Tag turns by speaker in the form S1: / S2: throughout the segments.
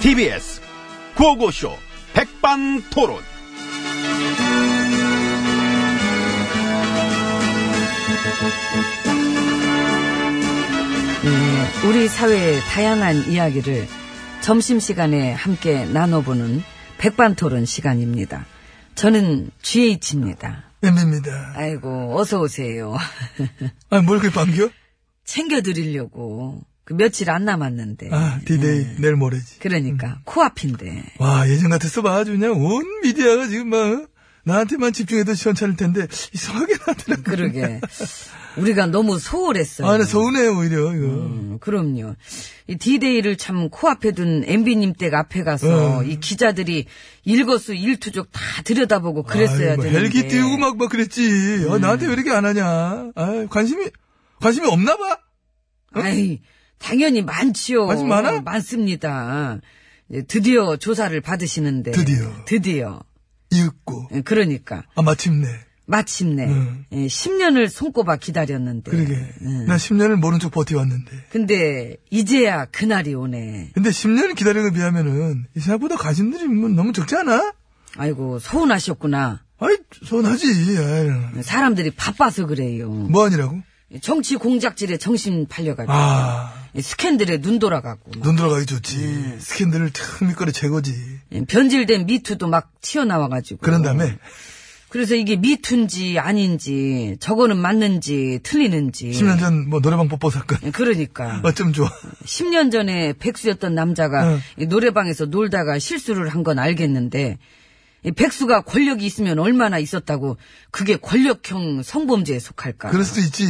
S1: TBS 구호고쇼 백반토론.
S2: 네, 우리 사회의 다양한 이야기를 점심시간에 함께 나눠보는 백반토론 시간입니다. 저는 GH입니다.
S3: 엠비입니다.
S2: 아이고, 어서오세요.
S3: 아, 뭘 그렇게 반겨?
S2: 챙겨드리려고. 그 며칠 안 남았는데.
S3: 아, 음. 디데이,
S2: 음.
S3: 내일 모레지.
S2: 그러니까, 코앞인데.
S3: 와, 예전 같았어 봐. 아주 그냥 온 미디어가 지금 막, 나한테만 집중해도 시원찮을 텐데, 이상하게 나더라고.
S2: 그러게. 우리가 너무 소홀했어요.
S3: 아, 나 서운해, 오히려, 이거.
S2: 음, 그럼요. 이 디데이를 참 코앞에 둔 MB님 댁 앞에 가서
S3: 어.
S2: 이 기자들이 일거수 일투족 다 들여다보고 음. 그랬어야
S3: 아이고,
S2: 되는데.
S3: 뭐 헬기 띄우고 막, 막 그랬지. 아, 나한테 왜 이렇게 안 하냐. 아 관심이, 관심이 없나 봐?
S2: 아이, 당연히 많지요.
S3: 관심 어? 많아?
S2: 습니다 드디어 조사를 받으시는데.
S3: 드디어.
S2: 드디어.
S3: 이윽고.
S2: 예, 그러니까.
S3: 아, 마침내.
S2: 마침내.
S3: 음.
S2: 예, 10년을 손꼽아 기다렸는데.
S3: 그러게.
S2: 음.
S3: 나 10년을 모른 척 버텨왔는데.
S2: 근데, 이제야 그날이 오네.
S3: 근데 10년 기다리는 거 비하면은, 이 생각보다 관심들이 뭐 너무 적지 않아?
S2: 아이고, 서운하셨구나.
S3: 아이, 서운하지.
S2: 네.
S3: 아이,
S2: 사람들이 바빠서 그래요.
S3: 뭐 아니라고?
S2: 정치 공작질에 정신 팔려가지고. 예,
S3: 아,
S2: 스캔들에 눈 돌아가고. 막
S3: 눈 들어가기 좋지. 스캔들을 탁 밑거리 제거지.
S2: 예, 변질된 미투도 막 튀어나와가지고.
S3: 그런 다음에
S2: 그래서 이게 미투인지 아닌지, 저거는 맞는지, 틀리는지.
S3: 10년 전 뭐 노래방 뽀뽀 사건.
S2: 그러니까.
S3: 어쩜 어. 좋아.
S2: 10년 전에 백수였던 남자가
S3: 응.
S2: 이 노래방에서 놀다가 실수를 한 건 알겠는데, 이 백수가 권력이 있으면 얼마나 있었다고 그게 권력형 성범죄에 속할까.
S3: 그럴 수도 있지.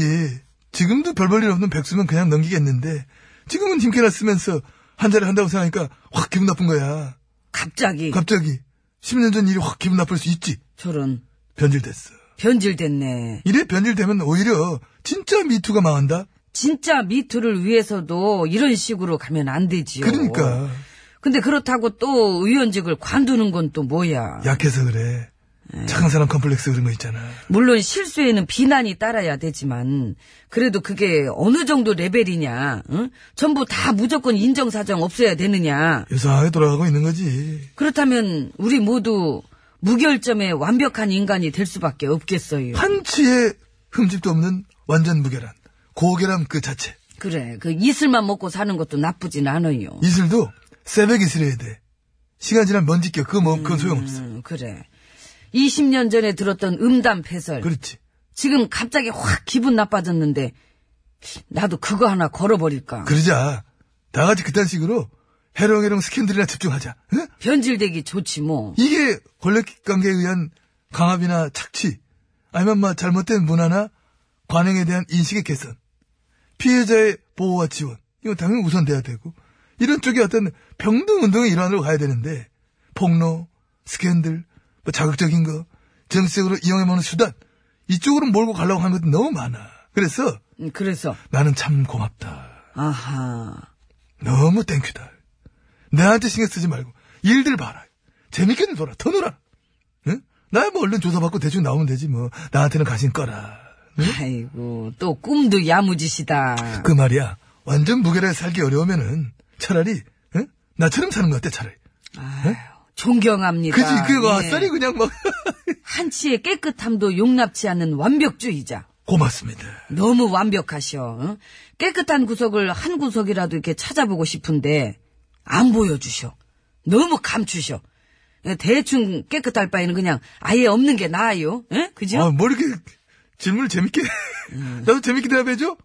S3: 지금도 별 볼 일 없는 백수면 그냥 넘기겠는데 지금은 힘캐나 쓰면서 한 자리 한다고 생각하니까 확 기분 나쁜 거야.
S2: 갑자기
S3: 갑자기 10년 전 일이 확 기분 나쁠 수 있지.
S2: 저런
S3: 변질됐어.
S2: 변질됐네.
S3: 이래 변질되면 오히려 진짜 미투가 망한다.
S2: 진짜 미투를 위해서도 이런 식으로 가면 안 되지요.
S3: 그러니까
S2: 근데 그렇다고 또 의원직을 관두는 건 또 뭐야.
S3: 약해서 그래. 착한 사람 컴플렉스 그런 거 있잖아.
S2: 물론 실수에는 비난이 따라야 되지만 그래도 그게 어느 정도 레벨이냐 응? 전부 다 무조건 인정사정 없어야 되느냐
S3: 유사하게 돌아가고 있는 거지.
S2: 그렇다면 우리 모두 무결점의 완벽한 인간이 될 수밖에 없겠어요
S3: 한치의 흠집도 없는 완전 무결한 고결함 그 자체
S2: 그래 그 이슬만 먹고 사는 것도 나쁘진 않아요
S3: 이슬도 새벽 이슬해야 돼 시간 지나면 먼지 껴 그거 뭐 그건 소용없어
S2: 음, 그래 20년 전에 들었던 음담 패설
S3: 그렇지
S2: 지금 갑자기 확 기분 나빠졌는데 나도 그거 하나 걸어버릴까
S3: 그러자 다 같이 그딴 식으로 해롱해롱 스캔들이나 집중하자 응?
S2: 변질되기 좋지 뭐
S3: 이게 권력관계에 의한 강압이나 착취 아니면 막 잘못된 문화나 관행에 대한 인식의 개선 피해자의 보호와 지원 이거 당연히 우선돼야 되고 이런 쪽이 어떤 평등 운동의 일환으로 가야 되는데 폭로 스캔들 뭐 자극적인 거 정치적으로 이용해먹는 수단 이쪽으로 몰고 가려고 하는 것도 너무 많아 그래서
S2: 음, 그래서
S3: 나는 참 고맙다
S2: 아하
S3: 너무 땡큐다 내한테 신경 쓰지 말고 일들 봐라 재밌게 좀 놀아 더 놀아 응? 나야 뭐 얼른 조사받고 대충 나오면 되지 뭐 나한테는 가신 거라
S2: 아이고, 또 꿈도 야무지시다.
S3: 그 말이야. 완전 무게를 살기 어려우면은 차라리 응? 나처럼 사는 거 어때 차라리.
S2: 아유, 존경합니다.
S3: 그, 네? 그지 그거
S2: 예.
S3: 아싸리 뭐 그냥 막
S2: 한치의 깨끗함도 용납치 않는 완벽주의자.
S3: 고맙습니다.
S2: 너무 완벽하셔. 응? 깨끗한 구석을 한 구석이라도 이렇게 찾아보고 싶은데 안 보여주셔. 너무 감추셔. 예, 대충 깨끗할 바에는 그냥 아예 없는 게 나아요. 예? 그죠? 음.
S3: 아, 뭐 이렇게 질문을 재밌게 나도 재밌게 대답해줘.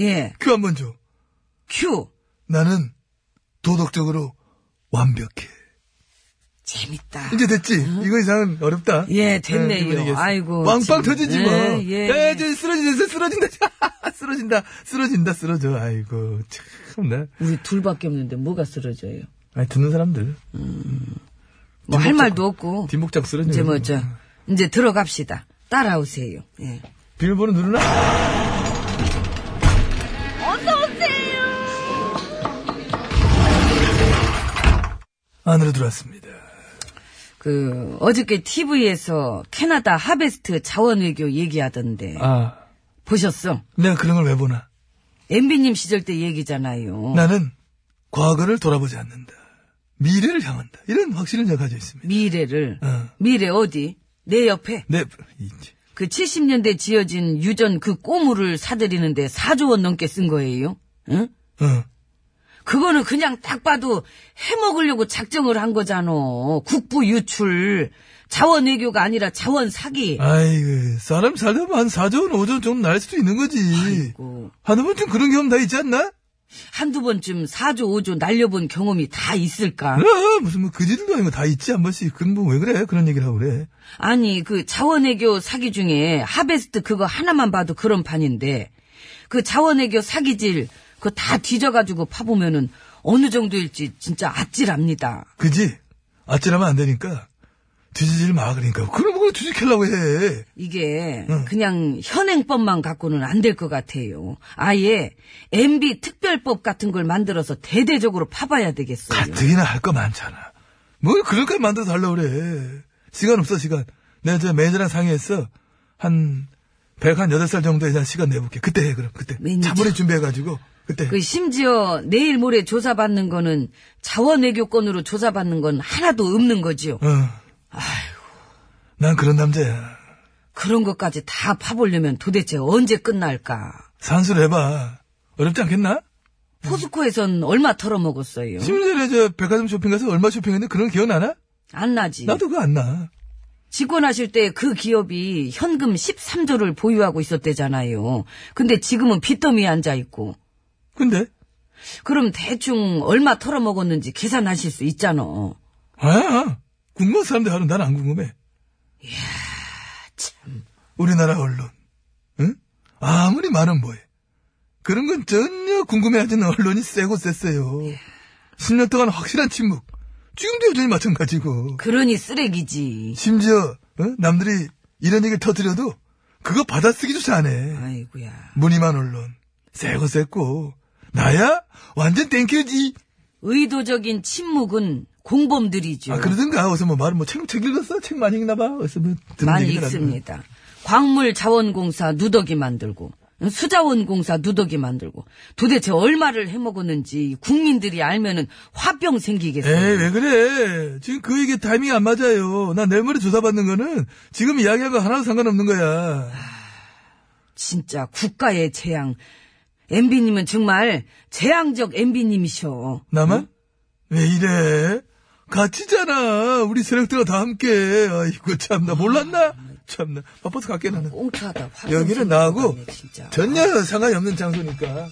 S2: 예.
S3: 큐 한 번 줘.
S2: 큐.
S3: 나는 도덕적으로 완벽해.
S2: 재밌다.
S3: 이제 됐지. 이거 이상은 어렵다.
S2: 예, 됐네요.
S3: 네, 기분이겠어.
S2: 아이고,
S3: 왕빵
S2: 참.
S3: 터지지 뭐.
S2: 예, 예,
S3: 야,
S2: 예.
S3: 이제 쓰러진다, 쓰러진다, 쓰러진다, 쓰러진다, 쓰러져. 아이고, 참나. 네.
S2: 우리 둘밖에 없는데 뭐가 쓰러져요?
S3: 아니, 듣는 사람들.
S2: 뭐 할
S3: 뒷목 잡고-
S2: 말도 없고.
S3: 뒷목장 쓰러져.
S2: 이제 뭐, 저, 이제 들어갑시다. 따라오세요. 예.
S3: 비밀번호 누르나? 안으로 들어왔습니다.
S2: 그, 어저께 TV에서 캐나다 하베스트 자원외교 얘기하던데.
S3: 아,
S2: 보셨어?
S3: 내가 그런 걸 왜 보나?
S2: MB님 시절 때 얘기잖아요.
S3: 네. 나는 과거를 돌아보지 않는다. 미래를 향한다. 이런 확신을 제가 가지고 있습니다.
S2: 미래를.
S3: 어.
S2: 미래 어디? 내 옆에.
S3: 네, 이제.
S2: 그 70년대 지어진 유전 그 꼬물을 사들이는데 4조 원 넘게 쓴 거예요. 응?
S3: 어.
S2: 그거는 그냥 딱 봐도 해먹으려고 작정을 한 거잖아. 국부 유출. 자원 외교가 아니라 자원 사기.
S3: 아이고, 그, 사람 살다 보면 한 4조 원, 5조 원 정도 날 수도 있는 거지.
S2: 아이고.
S3: 한두 번쯤 그런 경험 다 있지 않나?
S2: 한두 번쯤 4조, 5조 날려본 경험이 다 있을까?
S3: 그래, 무슨 뭐 그지들도 아니고 다 있지, 한 번씩. 그럼 뭐 왜 그래? 그런 얘기를 하고 그래.
S2: 아니, 그 자원외교 사기 중에 하베스트 그거 하나만 봐도 그런 판인데, 그 자원외교 사기질, 그거 다 뒤져가지고 파보면은 어느 정도일지 진짜 아찔합니다.
S3: 그지? 아찔하면 안 되니까. 뒤지질 마, 그러니까. 그럼 그걸 뒤지키려고 해.
S2: 이게
S3: 응.
S2: 그냥 현행법만 갖고는 안 될 것 같아요. 아예 MB 특별법 같은 걸 만들어서 대대적으로 파봐야 되겠어요.
S3: 가뜩이나 할 거 많잖아. 뭘 그럴까 만들어서 하려고 그래. 시간 없어, 시간. 내가 저 매니저랑 상의했어. 한, 백, 한 여덟 살 정도에 난 시간 내볼게. 그때 해, 그럼. 그때.
S2: 매니저.
S3: 차분히 준비해가지고. 그때.
S2: 그 심지어 내일 모레 조사받는 거는 자원외교권으로 조사받는 건 하나도 없는 거지요.
S3: 어. 난 그런 남자야.
S2: 그런 것까지 다 파보려면 도대체 언제 끝날까?
S3: 산수를 해봐. 어렵지 않겠나?
S2: 포스코에선 얼마 털어먹었어요?
S3: 십 10년 전에 저 백화점 쇼핑 가서 얼마 쇼핑했는데 그런 거 기억나나?
S2: 안 나지.
S3: 나도 그거 안 나.
S2: 직원하실 때 그 기업이 현금 13조를 보유하고 있었대잖아요. 근데 지금은 빚더미에 앉아있고.
S3: 근데?
S2: 그럼 대충 얼마 털어먹었는지 계산하실 수 있잖아.
S3: 아, 궁금한 사람들 하는 난 안 궁금해. 이야, 참. 우리나라 언론. 응? 아무리 말은 뭐해. 그런 건 전혀 궁금해하지는 언론이 세고 셌어요. 10년 동안 확실한 침묵. 지금도 여전히 마찬가지고.
S2: 그러니 쓰레기지.
S3: 심지어, 어? 남들이 이런 얘기를 터뜨려도 그거 받아쓰기조차 안 해.
S2: 아이고야.
S3: 무늬만 언론. 세고 셌고. 나야? 완전 땡큐지.
S2: 의도적인 침묵은 공범들이죠.
S3: 아, 그러든가. 어서 뭐 말은 뭐 책, 책 읽었어? 책 많이 읽나 봐. 어서 뭐 듣는
S2: 많이
S3: 얘기더라고요.
S2: 읽습니다. 광물자원공사 누더기 만들고 수자원공사 누더기 만들고 도대체 얼마를 해먹었는지 국민들이 알면은 화병
S3: 에이,
S2: 생기겠어요.
S3: 왜 그래? 지금 그 얘기 타이밍이 안 맞아요. 나 내일 모레 조사받는 거는 지금 이야기한 거 하나도 상관없는 거야.
S2: 진짜 국가의 재앙. MB님은 정말 재앙적 MB님이셔.
S3: 나만? 왜 이래? 같이잖아. 우리 세력들과 다 함께. 아이고, 참나. 몰랐나?
S2: 네.
S3: 참나. 바빠서 갈게, 나는.
S2: 꽁트하다. 화병
S3: 여기는
S2: 생기겠네,
S3: 나하고
S2: 진짜.
S3: 전혀 상관이 없는 장소니까.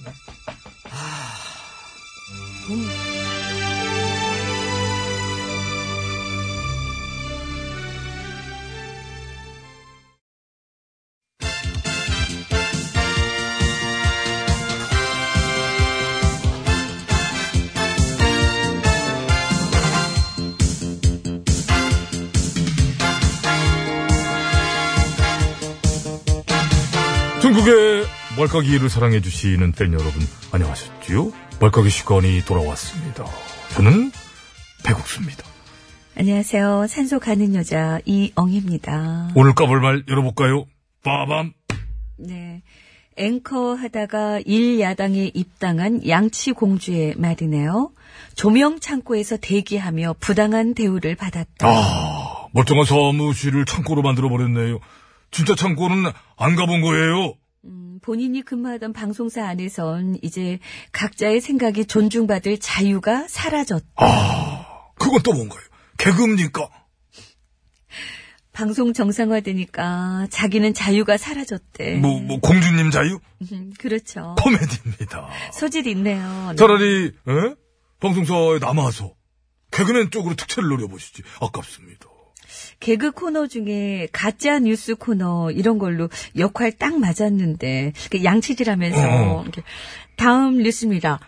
S4: 중국의 말까기를 사랑해주시는 팬 여러분, 안녕하셨지요? 말까기 시간이 돌아왔습니다. 저는 배국수입니다.
S5: 안녕하세요. 산소 가는 여자 이엉입니다.
S4: 오늘 까볼 말 열어볼까요? 빠밤!
S5: 네. 앵커 하다가 일야당에 입당한 양치공주의 말이네요. 조명창고에서 대기하며 부당한 대우를 받았다.
S4: 아, 멀쩡한 사무실을 창고로 만들어버렸네요. 진짜 창고는 안 가본 거예요.
S5: 음, 본인이 근무하던 방송사 안에선 이제 각자의 생각이 존중받을 자유가 사라졌다.
S4: 아. 그건 또 뭔가요? 개그입니까?
S5: 방송 정상화되니까 자기는 자유가 사라졌대.
S4: 뭐, 뭐, 공주님 자유?
S5: 음, 그렇죠.
S4: 코미디입니다.
S5: 소질 있네요. 네.
S4: 차라리, 에? 방송사에 남아서 개그맨 쪽으로 특채를 노려보시지. 아깝습니다.
S5: 개그 코너 중에 가짜 뉴스 코너 이런 걸로 역할 딱 맞았는데 그 양치질하면서
S4: 어.
S5: 이렇게 다음 뉴스입니다.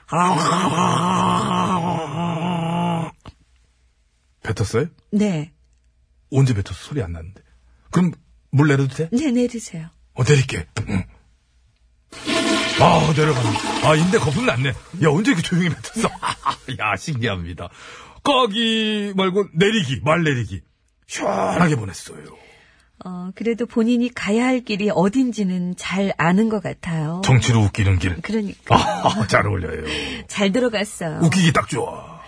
S4: 뱉었어요?
S5: 네,
S4: 언제 뱉었어? 소리 안 났는데. 그럼 물 내려도 돼?
S5: 네 내리세요.
S4: 어, 내릴게. 응. 아, 내려가네. 아, 인데 거품 났네. 야, 언제 이렇게 조용히 뱉었어? 야, 신기합니다. 까기 말고 내리기, 말 내리기. 시원하게 보냈어요.
S5: 어 그래도 본인이 가야 할 길이 어딘지는 잘 아는 것 같아요.
S4: 정치로 웃기는 길.
S5: 그러니까
S4: 아, 잘 어울려요.
S5: 잘 들어갔어요.
S4: 웃기기 딱 좋아.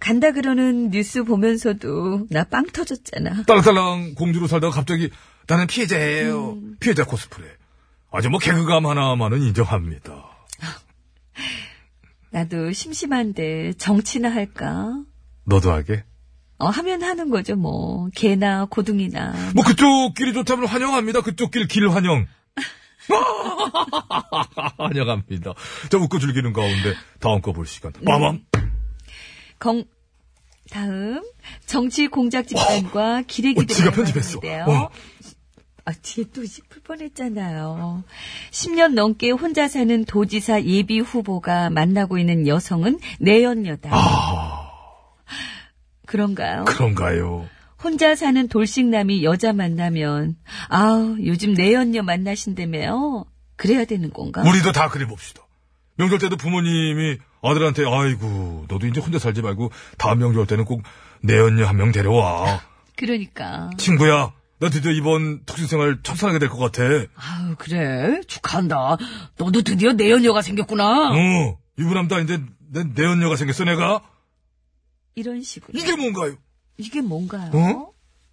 S2: 간다 그러는 뉴스 보면서도 나 빵 터졌잖아.
S3: 딸랑딸랑 공주로 살다가 갑자기 나는 피해자예요. 피해자 코스프레. 아주 뭐 개그감 하나만은 인정합니다.
S2: 나도 심심한데 정치나 할까?
S3: 너도 하게?
S2: 어, 하면 하는 거죠, 뭐. 개나 고등이나.
S3: 뭐 그쪽 길이 좋다면 환영합니다. 그쪽 길 길 환영. 환영합니다. 저 웃고 즐기는 가운데 다음 거 볼 시간. 빠밤.
S2: 경- 다음 정치 공작 집단과
S3: 어,
S2: 기레기들
S3: 지가 편집했어. 어.
S2: 아, 뒤에 또 짚을 뻔했잖아요. 10년 넘게 혼자 사는 도지사 예비 후보가 만나고 있는 여성은 내연녀다.
S3: 아.
S2: 그런가요?
S3: 그런가요?
S2: 혼자 사는 돌싱남이 여자 만나면 아우 요즘 내연녀 만나신다며요. 그래야 되는 건가?
S3: 우리도 다 그래 봅시다. 명절 때도 부모님이 아들한테 아이고 너도 이제 혼자 살지 말고 다음 명절 때는 꼭 내 언니 한 명 데려와.
S2: 그러니까.
S3: 친구야, 나 드디어 이번 특수생활 참선하게 될 것 같아.
S6: 아유, 그래. 축하한다. 너도 드디어 내연녀가
S2: 아.
S6: 생겼구나.
S3: 어, 유부남도 아닌데 내, 내 언니가 생겼어 내가?
S2: 이런 식으로.
S3: 이게 뭔가요?
S2: 이게 뭔가요?
S3: 어?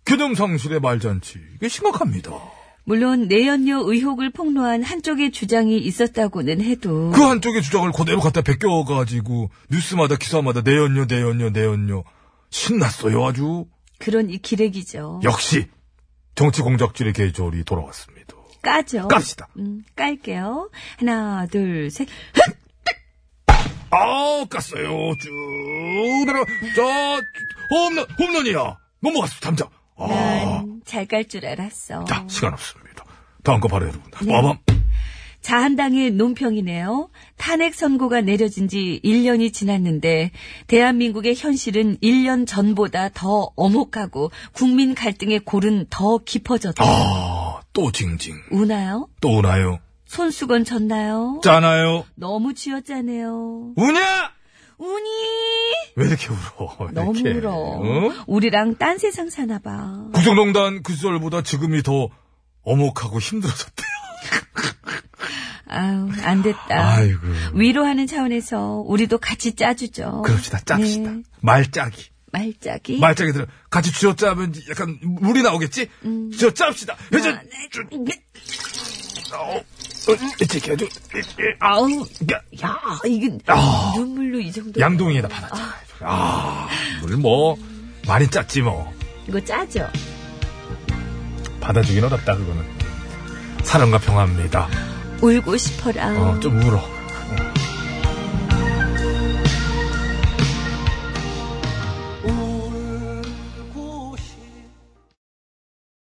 S3: 균형 상실의 말잔치. 이게 심각합니다.
S2: 물론 내연녀 의혹을 폭로한 한쪽의 주장이 있었다고는 해도
S3: 그 한쪽의 주장을 그대로 갖다 베껴가지고 뉴스마다 기사마다 내 언녀, 내 언녀, 내 언녀. 신났어요 아주.
S2: 그런 이 기레기죠.
S3: 역시 정치 공작질의 계절이 돌아왔습니다.
S2: 까죠.
S3: 깝시다.
S2: 음, 깔게요. 하나, 둘, 셋.
S3: 아, 깠어요. 쭉 내려. 저 홈런 홈런이야. 넘어갔어 담장.
S2: 난
S3: 아,
S2: 잘 깔 줄 알았어.
S3: 자 시간 없습니다. 다음 거 바로 여러분.
S2: 네.
S3: 와밤.
S2: 자한당의 논평이네요. 탄핵 선고가 내려진 지 1년이 지났는데 대한민국의 현실은 1년 전보다 더 엄혹하고 국민 갈등의 골은 더 깊어졌다.
S3: 아, 또 징징.
S2: 우나요?
S3: 또 우나요.
S2: 손수건 졌나요?
S3: 짜나요.
S2: 너무 쥐었잖아요.
S3: 우냐?
S2: 우니!
S3: 왜 이렇게 울어? 왜
S2: 너무
S3: 이렇게?
S2: 울어.
S3: 어?
S2: 우리랑 딴 세상 사나봐.
S3: 국정농단 그 시절보다 지금이 더 엄혹하고 힘들어졌대.
S2: 아유, 안 됐다.
S3: 아이고.
S2: 위로하는 차원에서 우리도 같이 짜주죠.
S3: 그럽시다. 짭시다.
S2: 네,
S3: 말짜기.
S2: 말짜기.
S3: 말짜기들 같이 쥐어짜면 약간 물이 나오겠지? 쥐어짭시다. 회전.
S2: 하나,
S3: 쭉. 어, 어, 지켜줘. 아우, 야,
S2: 야, 이게
S3: 아.
S2: 눈물로 이 정도.
S3: 양동이에다 받았잖아. 아, 물 뭐, 많이 짰지 뭐.
S2: 이거 짜죠?
S3: 받아주긴 어렵다, 그거는. 사랑과 평화입니다.
S2: 울고 싶어라.
S3: 어, 좀 울어.